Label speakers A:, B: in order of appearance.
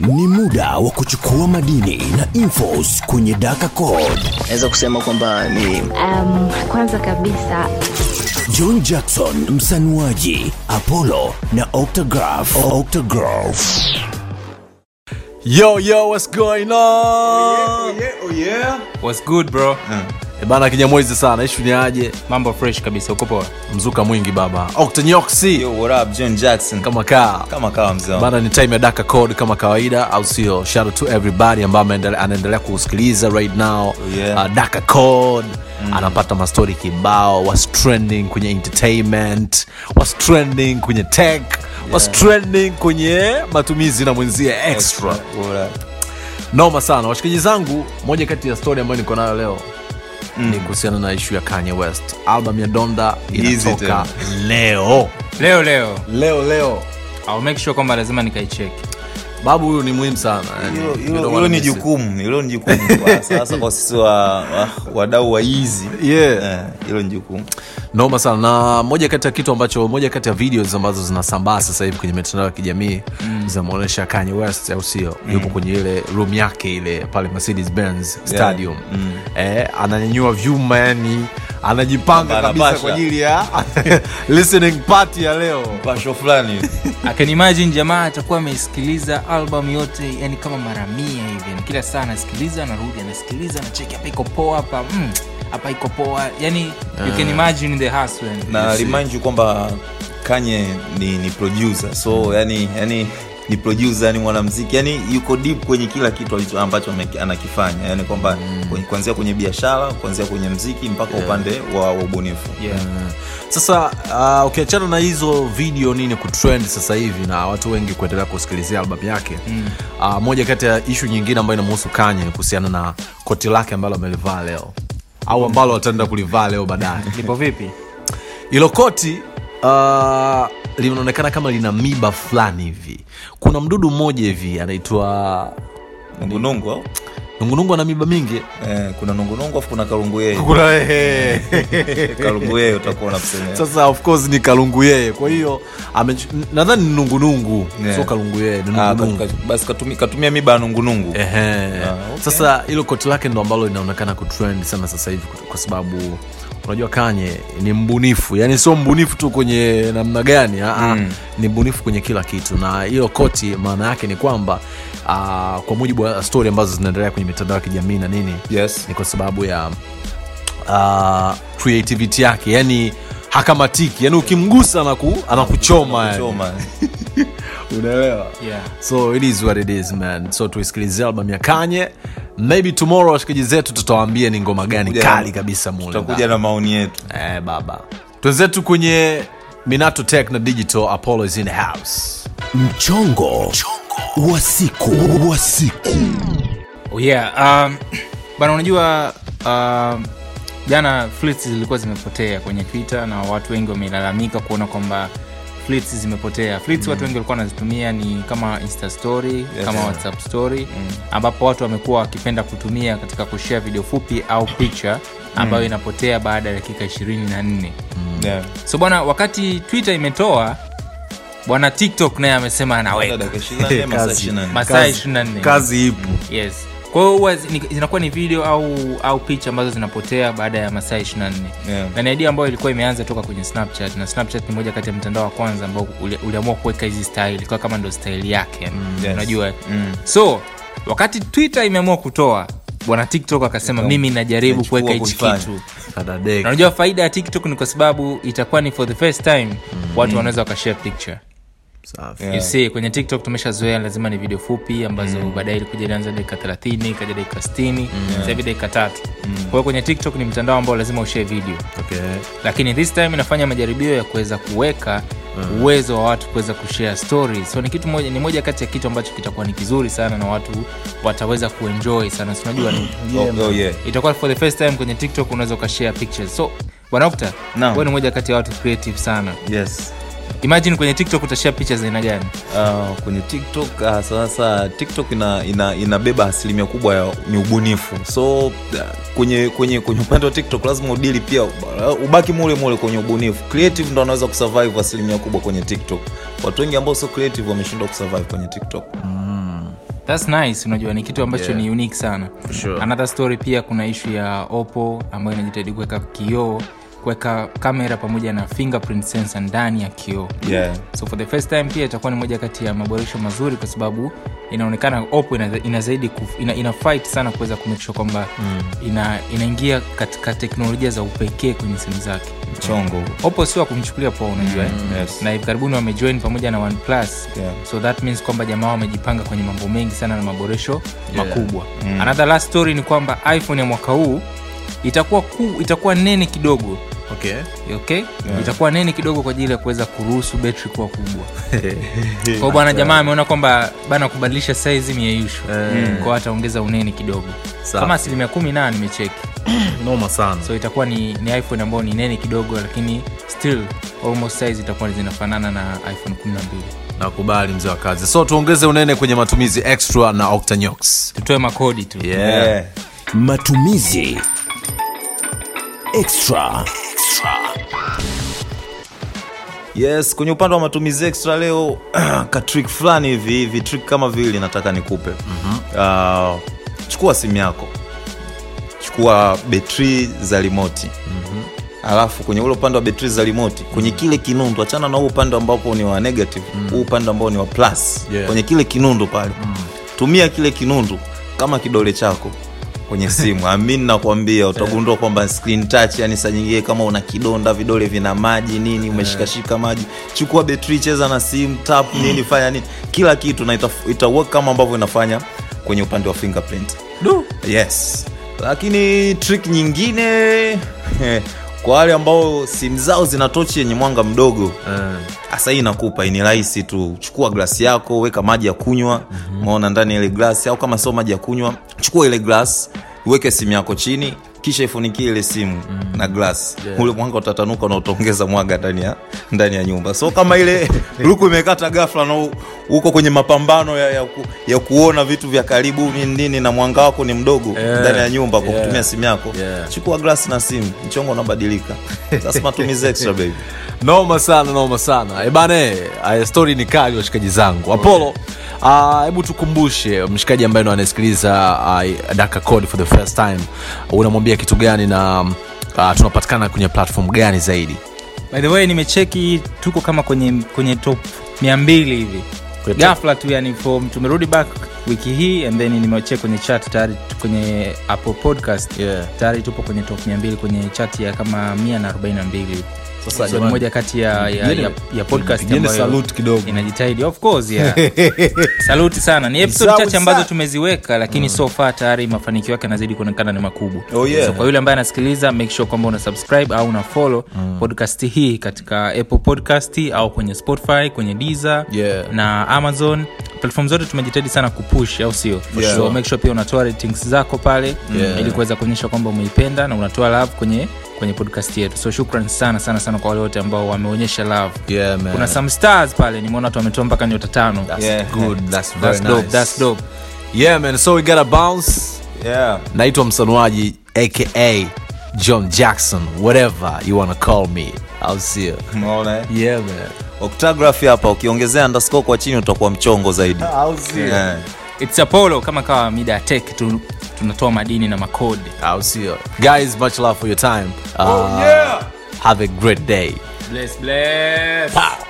A: ni muda wa kuchukua madini na infos kwenye daka code
B: naweza kusema kwamba ni
C: Um, kwanza kabisa
A: john jackson msanuaji apollo na octograph octograph
D: Yo, yo, what's going on?
E: What's good bro?
D: Eh, Bana kinyamwezi sana, ishu ni aje?
E: Mambo fresh kabisa, uko poa?
D: Mzuka mwingi baba. Octanyoxi
F: Yo, what up, John Jackson?
D: kama kaa.
F: Kama kawa mzee wangu.
D: Bana ni time ya Daka Code kama kawaida, au sio? Shout out to everybody ambaye anaendelea- anaendelea kusikiliza right now.
F: yeah. Mm.
D: Uh, Daka Code anapata mastori kibao, was trending kwenye entertainment, was trending kwenye tech, was trending kwenye matumizi na mwenzie extra.
F: What up?
D: noma sana washikaji zangu moja kati ya stori ambayo niko nayo leo mm. ni kuhusiana na ishu ya kanye west album ya donda
F: Easy
D: inatoka
F: tena.
D: leo
E: Leo leo
D: leo leo
E: I'll make sure kwamba lazima nikaicheki.
D: babu huyu ni muhimu sana yani,
F: Hilo-
D: you
F: hilo-
D: don't wanna
F: hilo ni
D: miss it.
F: jukumu hilo ni jukumu kwa sasa kwa sisi wa- wa- wadau wa hizi
D: Yeah.
F: Eh, hilo ni jukumu
D: noma sana na moja kati ya kitu ambacho moja kati ya videos ambazo zinasambaa sasa hivi kwenye mitandao ya kijamii mm. zinamwonyesha kanye west au sio mm. yupo kwenye ile room yake ile pale mercedes benz stadium mm. eh, ananyanyua vyuma yani anajipanga
F: Anapasha.
D: kabisa kwa ajili ya listening party ya leo
F: pasho fulani hivi.
E: I can imagine jamaa atakuwa ameisikiliza album yote yani kama mara mia hivi yani kila saa anasikiliza anarudi anasikiliza anacheki hapa iko poa hapa mm, hapa iko poa yani you can imagine the hustle yani.
F: na remind you kwamba kanye ni, ni producer so yani yani ni producer ni mwanamziki yani yuko deep kwenye kila kitu alicho ambacho ame- anakifanya yani kwamba kwenye- kuanzia kwenye biashara kuanzia kwenye mziki mpaka upande wa wa ubunifu
E: yeah.
D: sasa uh, ukiachana na hizo video nini kutrend sasa hivi na watu wengi kuendelea kusikilizia albamu yake mm. uh, moja kati ya ishu nyingine ambayo inamuhusu kanye ni kuhusiana na koti lake ambalo amelivaa leo au ambalo wataenda kulivaa leo baadaye
E: Lipo vipi?
D: hilo koti uh, linaonekana kama lina miba fulani hivi kuna mdudu mmoja hivi anaitwa
F: nungunungu au
D: nungunungu ana miba mingi
F: eh, kuna nungunungu afu kuna karungu yeye karungu yeye utakuwa unakusemea
D: sasa of course ni kalungu yeye kwa hiyo amech- nadhani ni nungunungu
F: Yeah.
D: sio kalungu yeye ni
F: Ah,
D: nungunungu
F: kat- basi katumi- katumia miba ya nungunungu
E: Eh.
D: Ehe.
F: okay.
D: sasa hilo koti lake ndo ambalo linaonekana kutrend sana sasa hivi kwa- kwa sababu unajua kanye ni mbunifu yani sio mbunifu tu kwenye namna gani aa, mm. ni mbunifu kwenye kila kitu na hilo koti maana yake ni kwamba aa, kwa mujibu wa stori ambazo zinaendelea kwenye mitandao ya kijamii na nini
F: yes
D: ni kwa sababu ya uh, creativity yake yani hakamatiki yani ukimgusa anaku, anakuchoma yaani. yani.
F: choma
D: unaelewa
E: Yeah.
D: so it is what it is man so tuisikilize album ya kanye maybe tomorrow washikaji zetu tutawaambia ni ngoma gani
F: Tutakuja-
D: kali kabisa
F: tutakuja
D: mule
F: na maoni yetu
D: eh, baba twenzetu kwenye minato tech na digital apollo is in the house
A: mchongo wa siku wa siku
E: Oh yeah, um, bana unajua um, jana flits zilikuwa zimepotea kwenye Twitter na watu wengi wamelalamika kuona kwamba flits zimepotea. Flits watu wengi walikuwa wanazitumia ni kama Insta story, kama WhatsApp story ambapo watu wamekuwa wakipenda kutumia katika kushare video fupi au picha ambayo inapotea baada ya dakika 24. Mm.
F: yeah.
E: So bwana wakati Twitter imetoa bwana TikTok naye amesema anaweka
F: Dada, dakika 24, masaa 24.
D: Kazi.
E: masaa 24.
D: kazi ipo
E: yes kwa hiyo huwa zi- ni- zinakuwa ni video au au picha ambazo zinapotea baada ya masaa 24
F: Yeah.
E: na ni idea ambayo ilikuwa imeanza toka kwenye snapchat na snapchat ni moja kati ya mtandao wa kwanza ambao uli- uliamua kuweka hizi style ilikuwa kama ndo style yake
F: Mm, yes.
E: unajua so wakati twitter imeamua kutoa bwana tiktok akasema mimi najaribu
F: nachukua
E: kuweka hichi
F: kuifanya."
E: kitu
D: Kadadeki.
E: na unajua faida ya tiktok ni kwa sababu itakuwa ni for the first time
F: Mm.
E: watu wanaweza wakashare picture
D: Safi.
E: You see, kwenye tiktok tumeshazoea lazima ni video fupi ambazo mm. baadaye ilikuja ilianza dakika 30 ikaja dakika 60 sasa hivi dakika tatu kwa hiyo kwenye tiktok ni mtandao ambao lazima ushee video
D: Okay.
E: lakini this time inafanya majaribio ya kuweza kuweka uwezo wa watu kuweza kushare stories so ni kitu moja ni moja kati ya kitu ambacho kitakuwa ni kizuri sana na watu wataweza kuenjoy sana Si unajua ni
F: Oh, oh, yeah.
E: itakuwa for the first time kwenye tiktok unaweza ukashare pictures so bwanakta
F: Naam.
E: wewe ni moja kati ya watu creative sana
F: yes
E: imagine kwenye tiktok utashare pictures za aina gani
F: uh, kwenye tiktok uh, sasa tiktok ina, ina, inabeba asilimia kubwa ya ni ubunifu so uh, kwenye kwenye kwenye upande wa tiktok lazima udili pia uh, ubaki mule mule kwenye ubunifu creative ndo anaweza kusurvive asilimia kubwa kwenye tiktok watu wengi ambao sio creative wameshindwa kusurvive kwenye tiktok
E: That's nice unajua ni kitu ambacho
D: Yeah.
E: ni unique sana
D: sure.
E: another story pia kuna ishu ya oppo ambayo inajitahidi kuweka kioo kuweka kamera pamoja na fingerprint sensor ndani ya kioo
F: yeah.
E: so for the first time pia itakuwa ni moja kati ya maboresho mazuri kwa sababu inaonekana oppo ina, ina zaidi kuf, ina, ina fight sana kuweza kumekisha kwamba
F: Mm.
E: ina, inaingia katika teknolojia za upekee kwenye simu zake
F: chongo Mm,
E: oppo sio wa kumchukulia poa unajua eh?
F: yes.
E: na hivi karibuni wamejoin pamoja na OnePlus
F: Yeah.
E: so that means kwamba jamaa wamejipanga kwenye mambo mengi sana na maboresho makubwa
F: Mm.
E: another last story ni kwamba iphone ya mwaka huu itakuwa ku, itakuwa nene kidogo
D: okay.
E: okay itakuwa nene kidogo kwa ajili ya kuweza kuruhusu betri kuwa kubwa kwao bwana jamaa ameona kwamba bana kubadilisha saizi miyeishu kwao ataongeza unene kidogo
D: Safi.
E: kama asilimia kumi na nimecheki
D: noma sana
E: so itakuwa ni, ni iphone ambayo ni nene kidogo lakini still almost size itakuwa zinafanana na iphone 12
D: nakubali mzee wa kazi so tuongeze unene kwenye matumizi extra na octanyox
E: tutoe makodi tu
D: yeah.
F: yeah.
A: matumizi extra
F: yes kwenye upande wa matumizi extra leo ka trick fulani hivi hivi trick kama vile nataka nikupe mm-hmm. uh, chukua simu yako chukua betri za limoti mm-hmm. alafu kwenye ule upande wa betri za limoti kwenye kile kinundu achana na huu upande ambapo ni wa negative mm. huu upande ambao ni wa plus
D: Yeah.
F: kwenye kile kinundu pale mm. tumia kile kinundu kama kidole chako kwenye simu amin nakwambia utagundua kwamba screen touch yani saa nyingine kama una kidonda vidole vina maji nini umeshikashika maji chukua betri cheza na simu tap nini fanya nini kila kitu na ita- ita work kama ambavyo inafanya kwenye upande wa fingerprint yes lakini trick nyingine kwa wale ambao simu zao zina tochi yenye mwanga mdogo hasa hii inakupa ni rahisi tu chukua glasi yako weka maji ya kunywa
D: Mhm.
F: maona ndani ya ile glasi au kama sio maji ya kunywa chukua ile glasi uweke simu yako chini kisha ifunikie ile simu
D: Mhm.
F: na glasi ule mwanga utatanuka na utaongeza mwaga ndani ya ndani ya nyumba so kama ile luku imekata gafla na u- uko kwenye mapambano ya, ya, ku, ya kuona vitu vya karibu nini nini na mwanga wako ni mdogo
D: Yeah.
F: ndani ya nyumba kwa
D: Yeah.
F: kutumia simu yako
D: Yeah.
F: chukua glasi na simu mchongo unabadilika sasa matumizi extra baby
D: noma sana noma sana Eh, ebane stori ni kali washikaji zangu apollo ah, hebu tukumbushe mshikaji ambaye ndo anasikiliza uh, daka code for the first time unamwambia kitu gani na uh, tunapatikana kwenye platform gani zaidi
E: by the way nimecheki tuko kama kwenye kwenye top 200 hivi
D: Kwenye
E: gafla tu yani form tumerudi back wiki hii and then nimecheki kwenye chat tayari tu- kwenye apple podcast
D: Yeah.
E: tayari tupo kwenye top 200 kwenye chat ya kama 142 sasa so, ni
D: jamani,
E: moja kati ya, ya,
D: mpigeni-
E: ya, ya podcast
D: mpigeni
E: ambayo
D: salute kidogo.
E: inajitahidi of course yeah. saluti sana ni episode
D: Sawa Mm.
E: chache ambazo
D: sana.
E: tumeziweka lakini so far tayari mafanikio yake yanazidi kuonekana ni makubwa
F: Oh, yeah.
E: so, kwa yule ambaye anasikiliza make sure kwamba una subscribe au una follow
D: Mm.
E: podcast hii katika apple podcast au kwenye spotify kwenye deezer
D: Yeah.
E: na amazon platform zote tumejitahidi sana kupush au sio
D: Yeah.
E: so make sure pia unatoa ratings zako pale
D: Yeah.
E: ili kuweza kuonyesha kwamba umeipenda na unatoa love kwenye kwenye podcast yetu so shukran sana sana sana kwa wale wote ambao wameonyesha love
D: Yeah, man.
E: kuna some stars pale nimeona watu wametoa mpaka nyota tano
D: That's
F: Yeah.
D: good, that's very
E: That's dope,
D: nice.
E: that's dope.
D: Yeah, man, so we gotta bounce
F: yeah.
D: naitwa msanuaji aka john jackson whatever you wanna call me i'll see you
F: unaona eh?
D: yeah man
F: octography hapa ukiongezea underscore kwa chini utakuwa mchongo zaidi Eh. yeah.
E: It's Apollo, kama kawa mida ya tech tu, tunatoa madini na makode
D: i'll see you guys much love for your time uh, have a great day
E: bless, bless.
D: Pow.